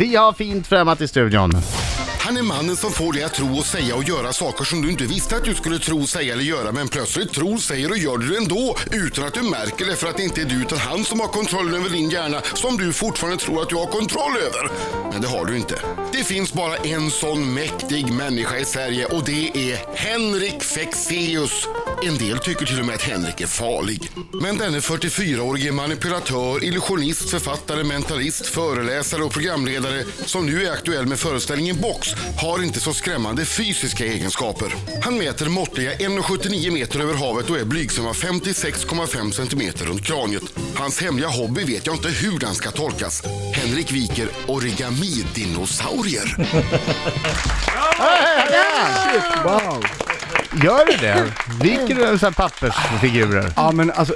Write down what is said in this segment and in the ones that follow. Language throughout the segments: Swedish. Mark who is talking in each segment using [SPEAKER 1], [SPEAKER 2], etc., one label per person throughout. [SPEAKER 1] Vi har fint främmat i studion.
[SPEAKER 2] Han är mannen som får dig att tro och säga och göra saker som du inte visste att du skulle tro, säga eller göra men plötsligt tror, säger och gör du det ändå utan att du märker det för att det inte är du utan han som har kontrollen över din hjärna som du fortfarande tror att du har kontroll över. Men det har du inte. Det finns bara en sån mäktig människa i Sverige och det är Henrik Fexeus. En del tycker till och med att Henrik är farlig. Men denne 44-årige manipulatör, illusionist, författare, mentalist, föreläsare och programledare som nu är aktuell med föreställningen Box har inte så skrämmande fysiska egenskaper. Han mäter måttliga 1,79 meter över havet och är blygsamma 56,5 centimeter runt kraniet. Hans hemliga hobby vet jag inte hur den ska tolkas. Henrik Wiker, origami-dinosaurier.
[SPEAKER 3] Wow.
[SPEAKER 1] Gör du det? Viker du över så här pappersfigurer?
[SPEAKER 3] Ja men alltså,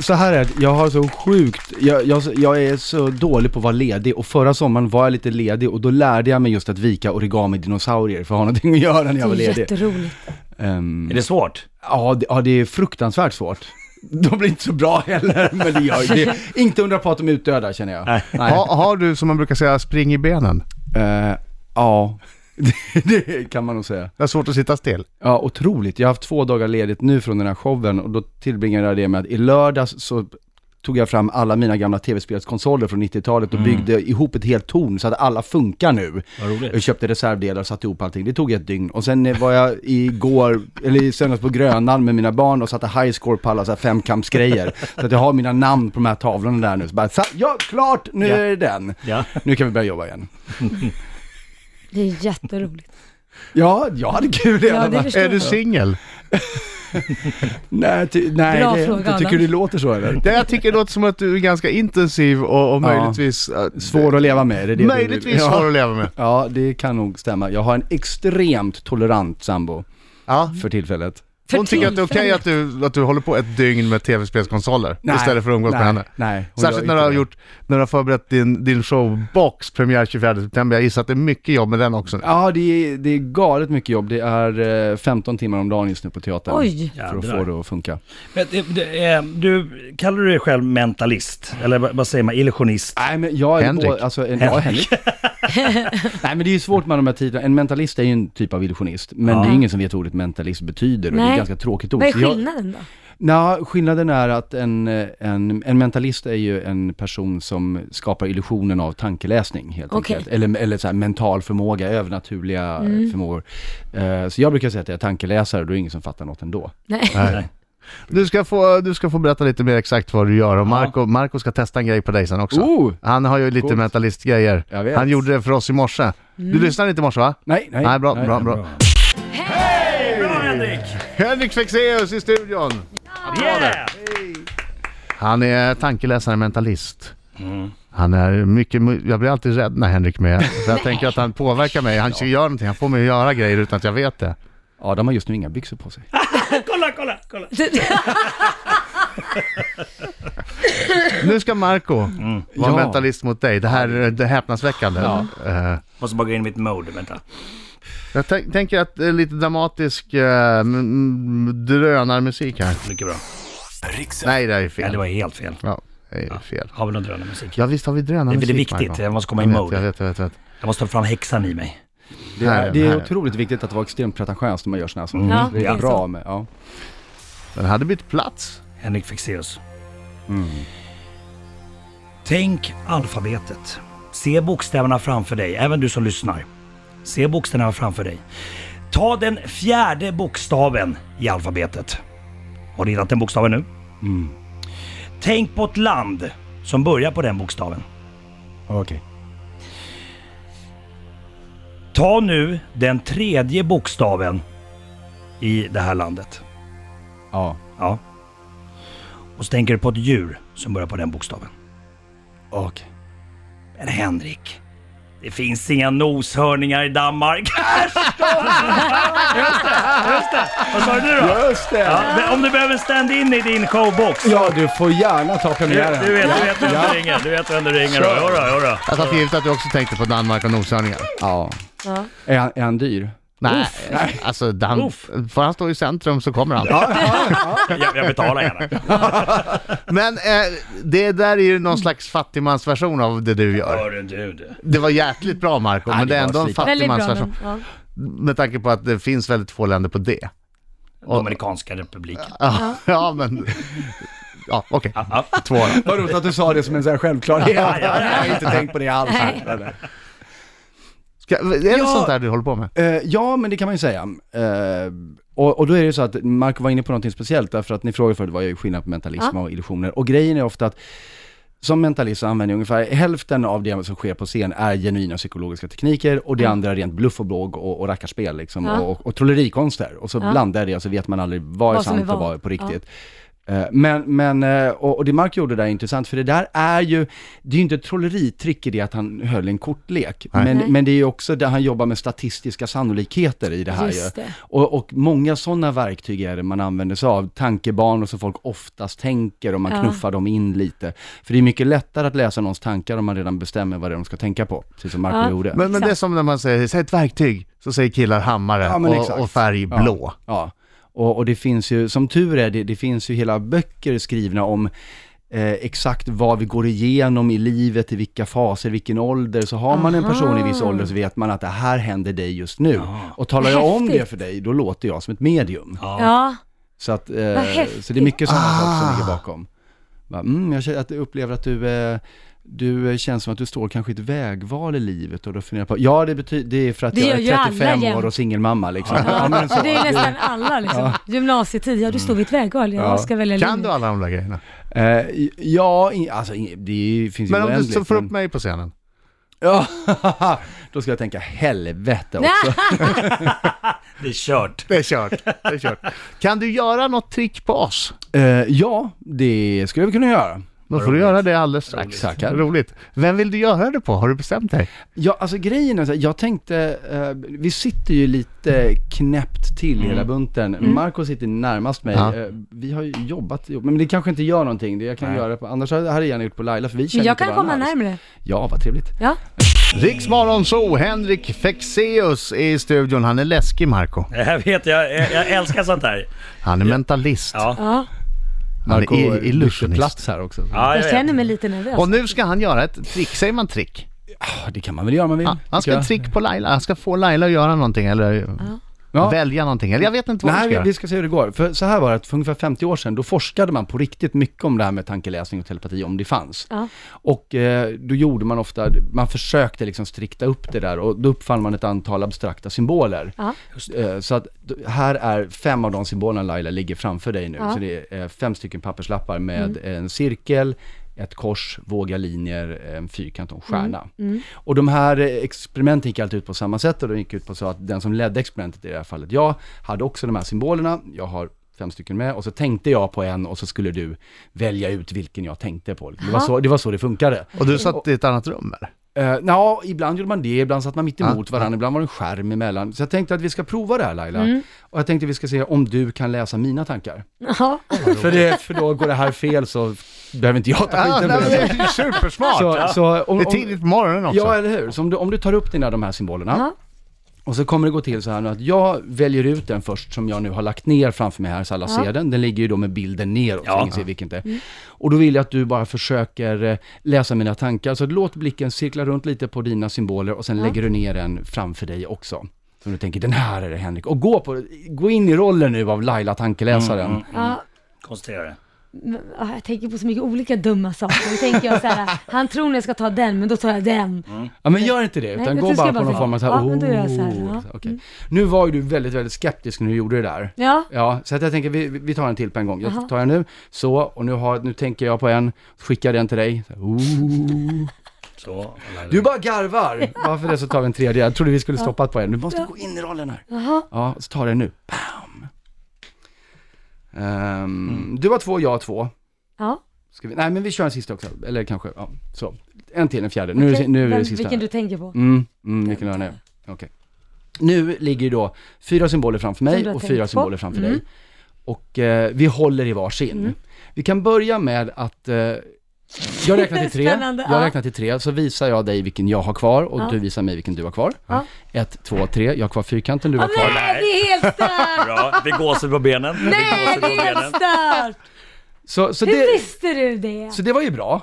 [SPEAKER 3] så här är det. Jag har så sjukt, jag, jag, jag är så dålig på att vara ledig och förra sommaren var jag lite ledig och då lärde jag mig just att vika origami-dinosaurier för att ha någonting att göra när jag var
[SPEAKER 4] Det är
[SPEAKER 3] ledig.
[SPEAKER 4] jätteroligt.
[SPEAKER 3] Ehm,
[SPEAKER 5] Är det svårt?
[SPEAKER 3] ja, det, ja, det är fruktansvärt svårt. De blir inte så bra heller, men det gör det. Inte undra på att de är utdöda känner jag.
[SPEAKER 5] Nej.
[SPEAKER 1] Ha, har du som man brukar säga spring i benen?
[SPEAKER 3] Eh, ja, det, det kan man nog säga.
[SPEAKER 1] Det är svårt att sitta still.
[SPEAKER 3] Ja, otroligt. Jag har haft två dagar ledigt nu från den här showen och då tillbringade jag det med att i lördags så tog jag fram alla mina gamla tv-spelskonsoler från 90-talet och byggde ihop ett helt torn så att alla funkar nu.
[SPEAKER 5] Mm. Vad roligt.
[SPEAKER 3] Jag köpte reservdelar och satte ihop allting. Det tog ett dygn. Och sen eh, var jag igår, eller i söndags på Grönan med mina barn och satte high score på alla så här femkampsgrejer. så att jag har mina namn på de här tavlorna där nu. Så bara, "Sa- ja, klart, nu
[SPEAKER 5] Ja.
[SPEAKER 3] är det den.
[SPEAKER 5] Ja.
[SPEAKER 3] Nu kan vi börja jobba igen.
[SPEAKER 4] Det är jätteroligt.
[SPEAKER 3] Ja, jag hade kul i alla
[SPEAKER 4] Ja, det
[SPEAKER 3] fall.
[SPEAKER 4] förstår
[SPEAKER 1] Är du
[SPEAKER 4] jag.
[SPEAKER 1] singel?
[SPEAKER 3] Nej, ty, nej
[SPEAKER 4] Bra
[SPEAKER 3] det,
[SPEAKER 4] fråga,
[SPEAKER 3] jag tycker
[SPEAKER 4] Adam.
[SPEAKER 3] det låter så eller?
[SPEAKER 1] Det jag tycker det låter som att du är ganska intensiv och, och
[SPEAKER 3] Ja.
[SPEAKER 1] möjligtvis... eh,
[SPEAKER 3] Svår att leva med, är det det
[SPEAKER 1] Möjligtvis
[SPEAKER 3] du
[SPEAKER 1] svår
[SPEAKER 3] ja.
[SPEAKER 1] att leva med.
[SPEAKER 3] ja, det kan nog stämma. Jag har en extremt tolerant sambo
[SPEAKER 1] Ja.
[SPEAKER 3] för tillfället.
[SPEAKER 4] För
[SPEAKER 1] Hon tycker att det är okej
[SPEAKER 4] tillfället.
[SPEAKER 1] att, du, att du håller på ett dygn med tv-spelskonsoler istället för att umgås
[SPEAKER 3] nej,
[SPEAKER 1] med henne.
[SPEAKER 3] Nej, hon
[SPEAKER 1] Särskilt när du,
[SPEAKER 3] gör inte
[SPEAKER 1] har
[SPEAKER 3] det.
[SPEAKER 1] gjort, när du har förberett din, din showbox, premiär 24 september. Jag gissar att det är mycket jobb med den också.
[SPEAKER 3] Ja, det är, det är galet mycket jobb. Det är eh, 15 timmar om dagen just nu på teatern.
[SPEAKER 4] Oj.
[SPEAKER 3] För att
[SPEAKER 5] Jädrar.
[SPEAKER 3] få det att funka.
[SPEAKER 5] Men, eh, det, eh, du kallar du dig själv mentalist, eller vad vad säger man, illusionist?
[SPEAKER 3] Nej men jag är
[SPEAKER 1] Henrik.
[SPEAKER 3] Henrik. Alltså, en, ja, Henrik. Nej men det är ju svårt med de här titlarna. En mentalist är ju en typ av illusionist. Men det är ju ingen som vet vad ordet mentalist betyder. Och det är ett
[SPEAKER 4] Nej.
[SPEAKER 3] ganska tråkigt ord.
[SPEAKER 4] Vad är
[SPEAKER 3] Så jag-
[SPEAKER 4] skillnaden då?
[SPEAKER 3] Nå, skillnaden är att en, eh, en, en mentalist är ju en person som skapar illusionen av tankeläsning helt
[SPEAKER 4] Okej.
[SPEAKER 3] enkelt. Eller, eller så här, mental förmåga, övernaturliga eh, förmågor. Eh, så jag brukar säga att jag är tankeläsare och då är det ingen som fattar något ändå.
[SPEAKER 4] Nej.
[SPEAKER 5] Nej.
[SPEAKER 1] Du ska, få, du ska få berätta lite mer exakt vad du gör och Marco, Marco ska testa en grej på dig sen också.
[SPEAKER 3] Oh!
[SPEAKER 1] Han har ju lite
[SPEAKER 3] Coolt.
[SPEAKER 1] mentalistgrejer.
[SPEAKER 3] Jag vet.
[SPEAKER 1] Han gjorde det för oss i morse. Du lyssnade inte i morse va?
[SPEAKER 3] Nej, nej.
[SPEAKER 1] Nej, bra, bra, bra.
[SPEAKER 5] Bra Henrik!
[SPEAKER 1] Henrik Fexeus i studion!
[SPEAKER 5] Yeah!
[SPEAKER 1] Han är tankeläsare, mentalist.
[SPEAKER 3] Mm.
[SPEAKER 1] Han är mycket, mu- jag blir alltid rädd när Henrik är med. För jag tänker att han påverkar mig. Han gör någonting, han får mig att göra grejer utan att jag vet det.
[SPEAKER 3] Adam har just nu inga byxor på sig.
[SPEAKER 5] Kolla, kolla, kolla!
[SPEAKER 1] Nu ska Marco vara
[SPEAKER 3] Mm. Ja.
[SPEAKER 1] mentalist mot dig. Det här är det häpnadsväckande. Eh,
[SPEAKER 5] Måste bara gå in i mitt mode, vänta.
[SPEAKER 1] jag tän- tänker att det är lite dramatisk eh, m- m- drönarmusik här.
[SPEAKER 5] Mycket bra.
[SPEAKER 6] Riks
[SPEAKER 1] Nej, det här är
[SPEAKER 5] Ja, det
[SPEAKER 1] fel.
[SPEAKER 5] var helt fel.
[SPEAKER 1] Ja, det är fel.
[SPEAKER 5] Har vi någon drönarmusik?
[SPEAKER 1] Ja, visst har vi
[SPEAKER 5] Det är
[SPEAKER 1] drönarmusik
[SPEAKER 5] det är viktigt,
[SPEAKER 1] Marco.
[SPEAKER 5] jag måste komma i
[SPEAKER 1] Jag vet,
[SPEAKER 5] mode.
[SPEAKER 1] Jag vet, jag vet, jag vet.
[SPEAKER 5] Jag måste ta fram häxan i mig.
[SPEAKER 3] Det är,
[SPEAKER 1] Här,
[SPEAKER 3] det
[SPEAKER 1] här.
[SPEAKER 3] är otroligt viktigt att vara extremt pretentiös när man gör sådana här saker.
[SPEAKER 4] Ja,
[SPEAKER 3] det är
[SPEAKER 4] det är
[SPEAKER 3] bra
[SPEAKER 4] så.
[SPEAKER 3] med, ja.
[SPEAKER 1] Den hade bytt plats.
[SPEAKER 5] Henrik Fexeus. Tänk alfabetet. Se bokstäverna framför dig, även du som lyssnar. Se bokstäverna framför dig. Ta den fjärde bokstaven i alfabetet. Har du hittat den bokstaven nu? Tänk på ett land som börjar på den bokstaven.
[SPEAKER 3] Okej.
[SPEAKER 5] Ta nu den tredje bokstaven i det här landet.
[SPEAKER 3] Ja.
[SPEAKER 5] Ja. Och så tänker du på ett djur som börjar på den bokstaven.
[SPEAKER 3] Okej.
[SPEAKER 5] Men Henrik, det finns inga noshörningar i Danmark. Just det, just det. Vad sa du nu då?
[SPEAKER 3] Just det!
[SPEAKER 5] Ja,
[SPEAKER 3] Ja.
[SPEAKER 5] men om du behöver stand-in i din showbox.
[SPEAKER 3] du får gärna ta
[SPEAKER 5] Du,
[SPEAKER 3] premiären.
[SPEAKER 5] du vet, du vet vem du ringer. Du vet vem du ringer. då. Jodå, jodå.
[SPEAKER 1] Jag tar för givet att du också tänkte på Danmark och noshörningar.
[SPEAKER 3] Ja.
[SPEAKER 4] Ja.
[SPEAKER 3] Är han, är han dyr?
[SPEAKER 1] Nej, alltså han,
[SPEAKER 5] Uff.
[SPEAKER 1] för han står i centrum så kommer han.
[SPEAKER 5] Jag, jag betalar gärna.
[SPEAKER 1] Men eh, det där är ju någon slags fattigmansversion av det du gör.
[SPEAKER 5] Hörru du, du.
[SPEAKER 1] Det var jäkligt bra Marco,
[SPEAKER 3] Ja,
[SPEAKER 1] men
[SPEAKER 3] det
[SPEAKER 1] det är
[SPEAKER 3] var
[SPEAKER 1] ändå en
[SPEAKER 3] slitigt.
[SPEAKER 4] Väldigt bra
[SPEAKER 1] fattigmansversion.
[SPEAKER 4] namn. Ja.
[SPEAKER 1] Med tanke på att det finns väldigt få länder på det.
[SPEAKER 5] Dominikanska republiken.
[SPEAKER 1] Ja, ja men... Ja, okej.
[SPEAKER 5] Ja, ja.
[SPEAKER 1] Två då.
[SPEAKER 3] Vad roligt att du sa det som en sån här självklarhet.
[SPEAKER 5] Ja, ja, ja.
[SPEAKER 3] Jag har inte tänkt på det alls.
[SPEAKER 4] Nej.
[SPEAKER 3] Nej, nej.
[SPEAKER 1] Ska, är det
[SPEAKER 3] Ja.
[SPEAKER 1] sånt där du håller på med?
[SPEAKER 3] Eh, ja, men det kan man ju säga. Eh, och, och då är det ju så att Marco var inne på någonting speciellt, därför att ni frågade förut vad är skillnaden på mentalism
[SPEAKER 4] Ja.
[SPEAKER 3] och illusioner. Och grejen är ofta att som mentalist så använder jag ungefär hälften av det som sker på scen är genuina psykologiska tekniker och det andra är rent bluff och blåg och, och rackarspel liksom,
[SPEAKER 4] Mm. Ja.
[SPEAKER 3] och, och trollerikonster. Och så
[SPEAKER 4] Ja.
[SPEAKER 3] blandar jag det och så vet man aldrig vad är
[SPEAKER 4] Vad som är
[SPEAKER 3] sant och
[SPEAKER 4] vad.
[SPEAKER 3] vad är på
[SPEAKER 4] Ja.
[SPEAKER 3] riktigt. Eh, Men, men eh, och, och det Mark gjorde där är intressant, för det där är ju, det är ju inte ett trolleritrick i det att han höll en kortlek,
[SPEAKER 1] Nej.
[SPEAKER 3] men,
[SPEAKER 4] Nej.
[SPEAKER 3] men det är ju också där han jobbar med statistiska sannolikheter i det här ju.
[SPEAKER 4] Just det.
[SPEAKER 3] Och, och många sådana verktyg är det man använder sig av, tankebanor som folk oftast tänker och man
[SPEAKER 4] Ja.
[SPEAKER 3] knuffar dem in lite. För det är mycket lättare att läsa någons tankar om man redan bestämmer vad det är de ska tänka på, precis som Marco
[SPEAKER 4] Ja.
[SPEAKER 3] gjorde.
[SPEAKER 1] Men, men det är som när man säger, säg ett verktyg, så säger killar hammare
[SPEAKER 3] Ja, men exakt.
[SPEAKER 1] och, och färg
[SPEAKER 3] Ja.
[SPEAKER 1] blå.
[SPEAKER 3] Ja, och, och det finns ju, som tur är, det, det finns ju hela böcker skrivna om eh, exakt vad vi går igenom i livet, i vilka faser, vilken ålder. Så har man en person i viss
[SPEAKER 4] Aha.
[SPEAKER 3] ålder så vet man att det här händer dig just nu.
[SPEAKER 5] Ja.
[SPEAKER 3] Och talar jag om
[SPEAKER 4] Häftigt.
[SPEAKER 3] det för dig, då låter jag som ett medium.
[SPEAKER 5] Ja.
[SPEAKER 4] Ja,
[SPEAKER 3] Så, att, eh,
[SPEAKER 4] häftigt.
[SPEAKER 3] så det är mycket sådana saker
[SPEAKER 1] Ah.
[SPEAKER 3] som ligger bakom. Va, Mm, jag känner att jag upplever att du, eh, du eh, känns som att du står kanske i ett vägval i livet och då funderar jag på, ja det betyder, det är för att
[SPEAKER 4] Det
[SPEAKER 3] jag
[SPEAKER 4] gör ju alla
[SPEAKER 3] är 35 år
[SPEAKER 4] jämt.
[SPEAKER 3] och singelmamma liksom. Ja, men så.
[SPEAKER 4] ja. det är nästan alla liksom. Gymnasietid, ja du står vid ett vägval,
[SPEAKER 3] Ja.
[SPEAKER 4] jag ska välja
[SPEAKER 1] Kan
[SPEAKER 4] linje.
[SPEAKER 1] du alla de där grejerna?
[SPEAKER 3] Eh, ja, in, alltså in, det är ju- finns ju
[SPEAKER 1] Men om du så
[SPEAKER 3] oändligt.
[SPEAKER 1] får upp
[SPEAKER 3] men-
[SPEAKER 1] mig på scenen.
[SPEAKER 3] Ja, då ska jag tänka helvete också.
[SPEAKER 5] Det är kört.
[SPEAKER 1] Det är kört. Det är kört. Kan du göra något trick på oss?
[SPEAKER 3] Eh, ja, det skulle vi kunna göra.
[SPEAKER 1] Då får du göra det alldeles strax.
[SPEAKER 3] Roligt. Tackar.
[SPEAKER 1] Roligt. Vem vill du göra det på? Har du bestämt dig?
[SPEAKER 3] Ja, alltså grejen är så här, jag tänkte, eh, vi sitter ju lite knäppt till hela bunten. Marco sitter närmast mig.
[SPEAKER 1] Mm. Ja.
[SPEAKER 3] Eh, vi har ju jobbat ihop, men det kanske inte gör någonting. Det jag kan göra på, annars hade jag gärna gjort på Laila, för vi känner
[SPEAKER 4] Men jag
[SPEAKER 3] inte liksom?
[SPEAKER 4] kan komma
[SPEAKER 3] varandra alls.
[SPEAKER 4] närmre.
[SPEAKER 3] Ja, vad trevligt.
[SPEAKER 4] Ja.
[SPEAKER 1] Riksmorgon så Henrik Fexeus är i studion. Han är läskig Marco.
[SPEAKER 5] Det här vet jag, jag, jag älskar sånt här.
[SPEAKER 1] Han är mentalist.
[SPEAKER 5] Ja.
[SPEAKER 4] ja.
[SPEAKER 1] Han är i-
[SPEAKER 3] eh, bytte
[SPEAKER 1] illusionist.
[SPEAKER 3] plats här också.
[SPEAKER 5] Ja,
[SPEAKER 4] Jag
[SPEAKER 5] vet.
[SPEAKER 4] känner mig lite nervös.
[SPEAKER 1] Och nu ska han göra ett trick. Säger man trick?
[SPEAKER 3] Ah, Det kan man väl göra om man vill.
[SPEAKER 1] Ja, han ska
[SPEAKER 3] tycker jag.
[SPEAKER 1] trick på Laila. Han ska få Laila att göra någonting eller
[SPEAKER 3] Ja.
[SPEAKER 1] välja någonting. Eller jag vet inte vad han
[SPEAKER 3] Nej,
[SPEAKER 1] ska
[SPEAKER 3] vi,
[SPEAKER 1] göra.
[SPEAKER 3] vi ska se hur det går. För så här var det, att för ungefär 50 år sedan, då forskade man på riktigt mycket om det här med tankeläsning och telepati, om det fanns.
[SPEAKER 4] Ja.
[SPEAKER 3] Och eh, då gjorde man ofta, man försökte liksom strikta upp det där och då uppfann man ett antal abstrakta symboler.
[SPEAKER 4] Ja.
[SPEAKER 3] Eh, så att d- här är fem av de symbolerna Laila ligger framför dig nu.
[SPEAKER 4] Ja. Mm.
[SPEAKER 3] Så det är eh, fem stycken papperslappar med en cirkel, ett kors, våga linjer, en fyrkant och en
[SPEAKER 1] Mm.
[SPEAKER 3] stjärna. Och de här eh, experimenten gick alltid ut på samma sätt och de gick ut på så att den som ledde experimentet, i det här fallet jag, hade också de här symbolerna. Jag har fem stycken med och så tänkte jag på en och så skulle du välja ut vilken jag tänkte på. Det var så det, var så det funkade.
[SPEAKER 1] Och du satt i ett annat rum eller?
[SPEAKER 3] Uh, Nå, ibland gjorde man det, ibland satt man mitt emot
[SPEAKER 1] Ja,
[SPEAKER 3] varandra, ibland var det en skärm emellan. Så jag tänkte att vi ska prova det här Laila.
[SPEAKER 1] Mm.
[SPEAKER 3] Och jag tänkte att vi ska se om du kan läsa mina tankar.
[SPEAKER 4] Ja.
[SPEAKER 3] För, det, för då går det här fel så behöver inte jag ta
[SPEAKER 1] Ja,
[SPEAKER 3] skiten
[SPEAKER 1] nej,
[SPEAKER 3] för
[SPEAKER 1] men
[SPEAKER 3] det.
[SPEAKER 1] det är supersmart!
[SPEAKER 3] Så, så, alltså, om,
[SPEAKER 1] det är tidigt på morgonen också.
[SPEAKER 3] Ja, eller hur? Så om du, om du tar upp dina de här symbolerna,
[SPEAKER 4] Ja.
[SPEAKER 3] och så kommer det gå till så här nu att jag väljer ut den först som jag nu har lagt ner framför mig här så alla ser den. Den ligger ju då med bilden neråt
[SPEAKER 5] Ja.
[SPEAKER 3] så ingen ser vilken det är. Och då vill jag att du bara försöker eh, läsa mina tankar. Så låt blicken cirkla runt lite på dina symboler och sen lägger du ner den framför dig också. Så du tänker den här är det Henrik. Och gå, på, gå in i rollen nu av Laila tankeläsaren.
[SPEAKER 1] Mm,
[SPEAKER 4] Ja.
[SPEAKER 5] Konstaterar det.
[SPEAKER 4] Men, ja, Jag tänker på så mycket olika dumma saker. Då tänker jag så här, han tror när jag ska ta den, men då tar jag den.
[SPEAKER 3] Ja men gör inte det,
[SPEAKER 4] Nej,
[SPEAKER 3] utan
[SPEAKER 4] det
[SPEAKER 3] gå
[SPEAKER 4] tycker
[SPEAKER 3] bara
[SPEAKER 4] jag
[SPEAKER 3] på
[SPEAKER 4] bara
[SPEAKER 3] någon
[SPEAKER 4] så.
[SPEAKER 3] form av så här,
[SPEAKER 4] Ja, men då gör jag så här,
[SPEAKER 3] "Oh",
[SPEAKER 4] ja. Mm.
[SPEAKER 3] okej. Nu var ju du väldigt, väldigt skeptisk när du gjorde det där.
[SPEAKER 4] Ja.
[SPEAKER 3] Ja, så att jag tänker vi, vi tar en till på en gång.
[SPEAKER 4] Jaha.
[SPEAKER 3] Jag tar en nu, så, och nu, har, nu tänker jag på en, skickar jag den till dig. Så, här, "Oh."
[SPEAKER 5] Så,
[SPEAKER 3] Du bara garvar! Varför det så tar vi en tredje, jag trodde vi skulle stoppat på en. Du måste gå in i rollen här.
[SPEAKER 4] Jaha.
[SPEAKER 3] Ja, så tar jag den nu. Bam! Ehm, Du har två, jag har två.
[SPEAKER 4] Ja.
[SPEAKER 3] Ska vi, nej men vi kör en sista också, eller kanske, ja, så. En till, en fjärde. Nu, är det- nu är
[SPEAKER 4] Vem-
[SPEAKER 3] det sista.
[SPEAKER 4] Vilken du tänker på.
[SPEAKER 3] Mm, mm vilken lön det är. Okej. Nu ligger ju då fyra symboler framför
[SPEAKER 4] Som
[SPEAKER 3] mig
[SPEAKER 4] du har
[SPEAKER 3] och
[SPEAKER 4] tänkt
[SPEAKER 3] fyra
[SPEAKER 4] på.
[SPEAKER 3] symboler framför
[SPEAKER 4] Mm.
[SPEAKER 3] dig. Och eh, vi håller i varsin. Vi kan börja med att eh, Jag räknar till tre.
[SPEAKER 4] Spännande, ja.
[SPEAKER 3] Jag räknar till tre, så visar jag dig vilken jag har kvar och du visar mig vilken du har kvar.
[SPEAKER 4] Ja.
[SPEAKER 3] Ett, två, tre. Jag har kvar fyrkanten, du har
[SPEAKER 4] Åh
[SPEAKER 3] kvar...
[SPEAKER 4] nej, det är helt stört!
[SPEAKER 5] Bra, vi gåser på benen. Vi
[SPEAKER 4] Nej, det
[SPEAKER 5] gåser på
[SPEAKER 4] är helt
[SPEAKER 5] benen.
[SPEAKER 4] stört!
[SPEAKER 3] Så, så,
[SPEAKER 4] Hur
[SPEAKER 3] det,
[SPEAKER 4] visste du det?
[SPEAKER 3] så det var ju bra.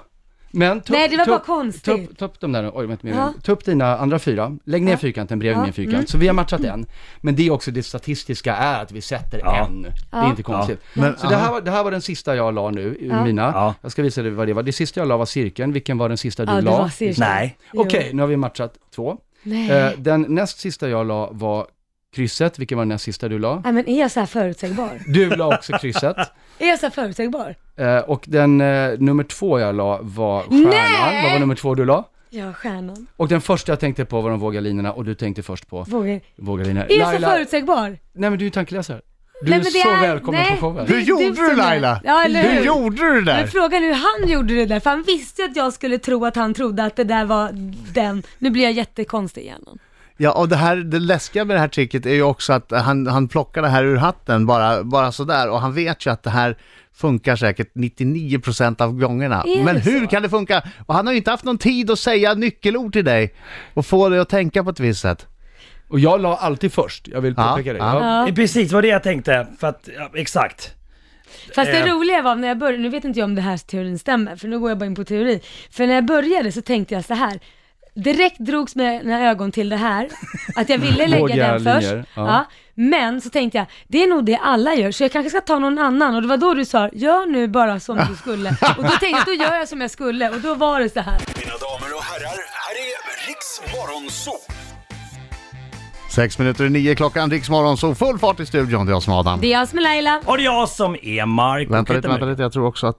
[SPEAKER 3] Men ta upp-
[SPEAKER 4] Nej, det var
[SPEAKER 3] ta
[SPEAKER 4] bara
[SPEAKER 3] upp-
[SPEAKER 4] konstigt.
[SPEAKER 3] Ta upp, ta upp de där, oj, vänta,
[SPEAKER 4] Ja. Mm.
[SPEAKER 3] ta upp dina andra fyra, lägg ner fyrkanten bredvid min fyrkant. Så vi har matchat en. Men det är också det statistiska är att vi sätter
[SPEAKER 5] Ja.
[SPEAKER 3] en. Det är
[SPEAKER 4] Ja.
[SPEAKER 3] inte konstigt.
[SPEAKER 1] Men,
[SPEAKER 3] Så det här, var, det här var den sista jag la nu, ur
[SPEAKER 4] Ja.
[SPEAKER 3] mina.
[SPEAKER 5] Ja.
[SPEAKER 3] Jag ska visa dig vad det var. Det sista jag la var cirkeln, vilken var den sista du
[SPEAKER 4] Ja, det
[SPEAKER 3] la?
[SPEAKER 4] var cirkeln.
[SPEAKER 5] Nej.
[SPEAKER 4] Jo.
[SPEAKER 3] Okej, nu har vi matchat två.
[SPEAKER 4] Nej.
[SPEAKER 3] Eh, den näst sista jag la var krysset, vilken var den näst sista du la?
[SPEAKER 4] Nej, men är jag så här förutsägbar?
[SPEAKER 3] Du la också krysset.
[SPEAKER 4] Är jag så här förutsägbar?
[SPEAKER 3] Eh, och den eh, nummer två jag la var stjärnan.
[SPEAKER 4] Nej!
[SPEAKER 3] Vad var nummer två du la?
[SPEAKER 4] Ja, stjärnan.
[SPEAKER 3] Och den första jag tänkte på var de våga linorna och du tänkte först på
[SPEAKER 4] Vågar.
[SPEAKER 3] våga linorna.
[SPEAKER 4] Är jag så förutsägbar?
[SPEAKER 3] nej men du är tankeläsare. Du
[SPEAKER 4] Nej, men
[SPEAKER 3] är
[SPEAKER 4] det
[SPEAKER 3] så
[SPEAKER 4] är-
[SPEAKER 3] välkommen
[SPEAKER 4] nej.
[SPEAKER 3] på showen.
[SPEAKER 4] Det är
[SPEAKER 1] Hur gjorde
[SPEAKER 4] du som
[SPEAKER 1] du
[SPEAKER 4] är-
[SPEAKER 1] Laila?
[SPEAKER 4] Ja, eller
[SPEAKER 1] hur
[SPEAKER 4] hur?
[SPEAKER 1] gjorde du det
[SPEAKER 4] Men
[SPEAKER 1] där?
[SPEAKER 4] frågan är hur han gjorde det där, för han visste ju att jag skulle tro att han trodde att det där var den. Nu blir jag jättekonstig i hjärnan.
[SPEAKER 1] Ja, och det, här, det läskiga med det här tricket är ju också att han, han plockar det här ur hatten bara, bara sådär och han vet ju att det här funkar säkert 99% av gångerna.
[SPEAKER 4] Är det
[SPEAKER 1] Men hur
[SPEAKER 4] så?
[SPEAKER 1] kan det funka? Och han har ju inte haft någon tid att säga nyckelord till dig och få dig att tänka på ett visst sätt.
[SPEAKER 3] Och jag la alltid först, jag vill
[SPEAKER 1] Ja,
[SPEAKER 3] påpeka det.
[SPEAKER 1] ja.
[SPEAKER 3] Ja.
[SPEAKER 5] Det är Precis vad det jag tänkte. För att, ja, exakt.
[SPEAKER 4] Fast
[SPEAKER 5] Eh.
[SPEAKER 4] det roliga var när jag började, nu vet inte jag om det här teorin stämmer, för nu går jag bara in på teori. För när jag började så tänkte jag så här. Direkt drogs mina ögon till det här, att jag ville
[SPEAKER 3] Våga
[SPEAKER 4] lägga den
[SPEAKER 3] linjer,
[SPEAKER 4] först.
[SPEAKER 3] ja.
[SPEAKER 4] Ja. men så tänkte jag, det är nog det alla gör, så jag kanske ska ta någon annan. Och det var då du sa, gör nu bara som du skulle. Och då tänkte jag, då gör jag som jag skulle. Och då var det så här.
[SPEAKER 6] Mina damer och herrar, här är Riks Morgonzoo!
[SPEAKER 1] Sex minuter i nio klockan, Riksmorgon, så full fart i studion. Det är jag som är Adam.
[SPEAKER 4] Det är jag som är Laila.
[SPEAKER 5] Och det är jag som är Mark.
[SPEAKER 1] Vänta
[SPEAKER 5] Och
[SPEAKER 1] lite,
[SPEAKER 5] heter
[SPEAKER 1] vänta
[SPEAKER 5] mig.
[SPEAKER 1] lite. Jag tror också att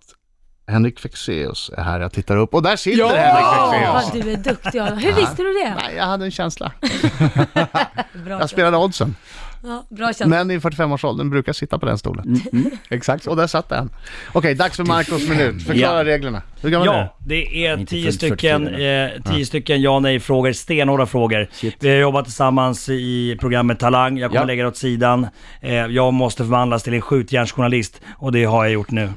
[SPEAKER 1] Henrik Fexeus är här. Jag tittar upp och där sitter
[SPEAKER 3] Ja!
[SPEAKER 1] Henrik
[SPEAKER 4] Åh,
[SPEAKER 1] Fexeus.
[SPEAKER 4] vad du är duktig Adam. Hur visste du det?
[SPEAKER 1] Nej, jag hade en känsla.
[SPEAKER 4] Bra,
[SPEAKER 1] Jag spelade oddsen.
[SPEAKER 4] ja, Mm. bra känsla.
[SPEAKER 1] Men i 45-årsåldern brukar sitta på den stolen.
[SPEAKER 3] Mm. Exakt
[SPEAKER 1] Och där satt den. Okej, dags för Marcos minut. Förklara
[SPEAKER 5] Ja.
[SPEAKER 1] reglerna. Hur gammal är
[SPEAKER 5] Ja,
[SPEAKER 1] du?
[SPEAKER 5] det är
[SPEAKER 3] Inte
[SPEAKER 5] tio
[SPEAKER 3] fullt
[SPEAKER 5] stycken,
[SPEAKER 3] 44
[SPEAKER 5] eh, tio stycken ja nej-frågor, stenhårda frågor. Vi har jobbat tillsammans i programmet Talang, jag kommer
[SPEAKER 3] Ja.
[SPEAKER 5] lägga det åt sidan. Eh, jag måste förvandlas till en skjutjärnsjournalist och det har jag gjort nu.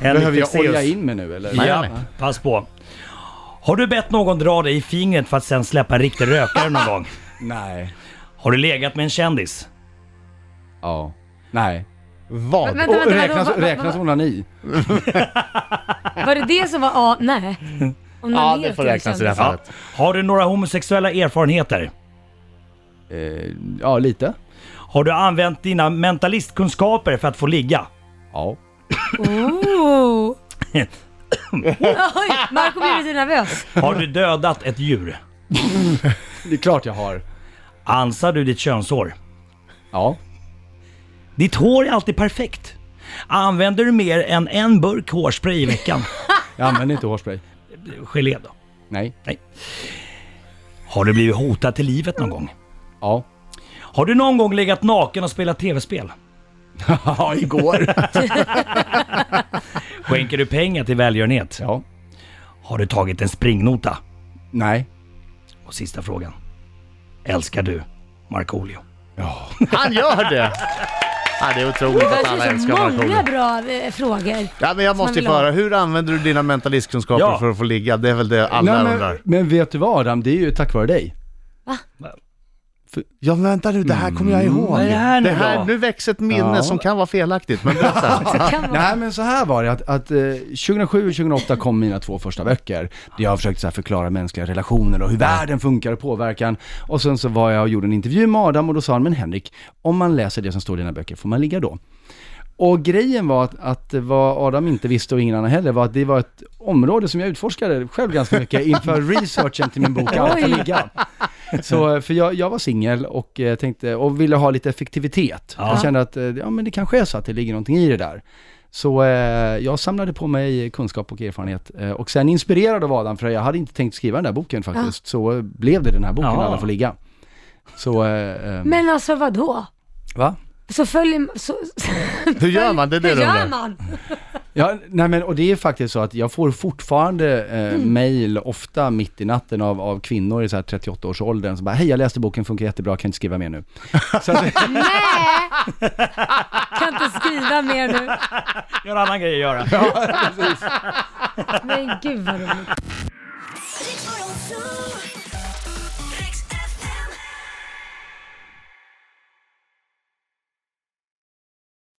[SPEAKER 5] Henrik
[SPEAKER 3] Behöver jag
[SPEAKER 5] Fexeus.
[SPEAKER 3] olja in mig nu eller?
[SPEAKER 5] Ja, pass på. Har du bett någon dra dig i fingret för att sen släppa en riktig rökare någon gång?
[SPEAKER 3] Nej.
[SPEAKER 5] Har du legat med en kändis?
[SPEAKER 3] Ja. Nej.
[SPEAKER 1] Vad?
[SPEAKER 4] Vänta,
[SPEAKER 3] Och
[SPEAKER 4] vänta, vänta,
[SPEAKER 3] räknas,
[SPEAKER 4] vad- vad-
[SPEAKER 3] räknas onani?
[SPEAKER 4] Var det det som var A? Nej. Om
[SPEAKER 1] Ja,
[SPEAKER 4] den
[SPEAKER 1] det
[SPEAKER 4] är
[SPEAKER 1] får
[SPEAKER 4] okej,
[SPEAKER 1] räknas i det här
[SPEAKER 4] kändes
[SPEAKER 5] Ja.
[SPEAKER 1] fallet.
[SPEAKER 5] Har du några homosexuella erfarenheter?
[SPEAKER 3] Eh, ja, lite.
[SPEAKER 5] Har du använt dina mentalistkunskaper för att få ligga?
[SPEAKER 3] Ja.
[SPEAKER 4] det. Oh. Oj, Marco blev lite nervös.
[SPEAKER 5] Har du dödat ett djur?
[SPEAKER 3] Det är klart jag har.
[SPEAKER 5] Ansar du ditt könshår?
[SPEAKER 3] Ja.
[SPEAKER 5] Ditt hår är alltid perfekt. Använder du mer än en burk hårspray i veckan?
[SPEAKER 3] Jag använder inte hårspray.
[SPEAKER 5] Gelé då.
[SPEAKER 3] Nej.
[SPEAKER 5] Har du blivit hotad till livet någon gång?
[SPEAKER 3] Ja.
[SPEAKER 5] Har du någon gång legat naken och spelat tv-spel?
[SPEAKER 3] Ja, igår.
[SPEAKER 5] Skänker du pengar till välgörenhet?
[SPEAKER 3] Ja.
[SPEAKER 5] Har du tagit en springnota?
[SPEAKER 3] Nej.
[SPEAKER 5] Och sista frågan. Älskar du Markoolio?
[SPEAKER 1] Han gör det! Ja, det är otroligt
[SPEAKER 4] Det
[SPEAKER 1] att alla
[SPEAKER 4] var så
[SPEAKER 1] älskar
[SPEAKER 4] många
[SPEAKER 1] Markoolio.
[SPEAKER 4] bra eh, frågor.
[SPEAKER 1] Ja, men jag
[SPEAKER 4] man
[SPEAKER 1] måste ju
[SPEAKER 4] vill
[SPEAKER 1] få
[SPEAKER 4] ha.
[SPEAKER 1] höra, hur använder du dina mentalistkunskaper
[SPEAKER 5] Ja.
[SPEAKER 1] för att få ligga? Det är väl det alla
[SPEAKER 3] Nej, men,
[SPEAKER 1] undrar.
[SPEAKER 3] men vet du vad Adam, det är ju tack vare dig.
[SPEAKER 1] Ja, vänta nu, det här kommer jag ihåg.
[SPEAKER 5] Vad är det här nu
[SPEAKER 1] det här,
[SPEAKER 5] då?
[SPEAKER 1] nu väcks ett minne
[SPEAKER 3] Ja.
[SPEAKER 1] som kan vara felaktigt, men berätta.
[SPEAKER 4] Kan vara.
[SPEAKER 3] Nej men så här var det att, att eh, 2007 och 2008 kom mina två första böcker. Där jag har försökt så här, förklara mänskliga relationer och hur världen funkar och påverkan. Och sen så var jag och gjorde en intervju med Adam och då sa han, men Henrik, om man läser det som står i dina böcker, får man ligga då? Och grejen var att, att vad Adam inte visste och ingen annan heller var att det var ett område som jag utforskade själv ganska mycket inför researchen till min bok Allt kan ligga. Så, för jag, jag var singel och eh, tänkte, och ville ha lite effektivitet.
[SPEAKER 5] Ja.
[SPEAKER 3] Jag kände att, eh, ja men det kanske är så att det ligger någonting i det där. Så eh, jag samlade på mig kunskap och erfarenhet eh, och sen inspirerad av Adam, för jag hade inte tänkt skriva den där boken faktiskt, så eh, blev det den här boken,
[SPEAKER 5] Ja.
[SPEAKER 3] Alla får ligga. Så, eh, eh,
[SPEAKER 4] Men alltså vadå?
[SPEAKER 3] va?
[SPEAKER 4] Så följer så,
[SPEAKER 1] Hur gör man? Det är det
[SPEAKER 4] Hur
[SPEAKER 1] du
[SPEAKER 4] gör
[SPEAKER 1] undrar.
[SPEAKER 4] man?
[SPEAKER 3] Ja, nej men, och det är faktiskt så att jag får fortfarande eh, mejl, ofta mitt i natten, av, av kvinnor i så här 38-årsåldern som bara “Hej, jag läste boken, funkar jättebra, kan inte skriva mer nu”. Så att,
[SPEAKER 4] Nej! Kan inte skriva mer nu.
[SPEAKER 5] Jag har en annan grej att göra.
[SPEAKER 4] Men gud vad roligt.
[SPEAKER 7] Rick 102.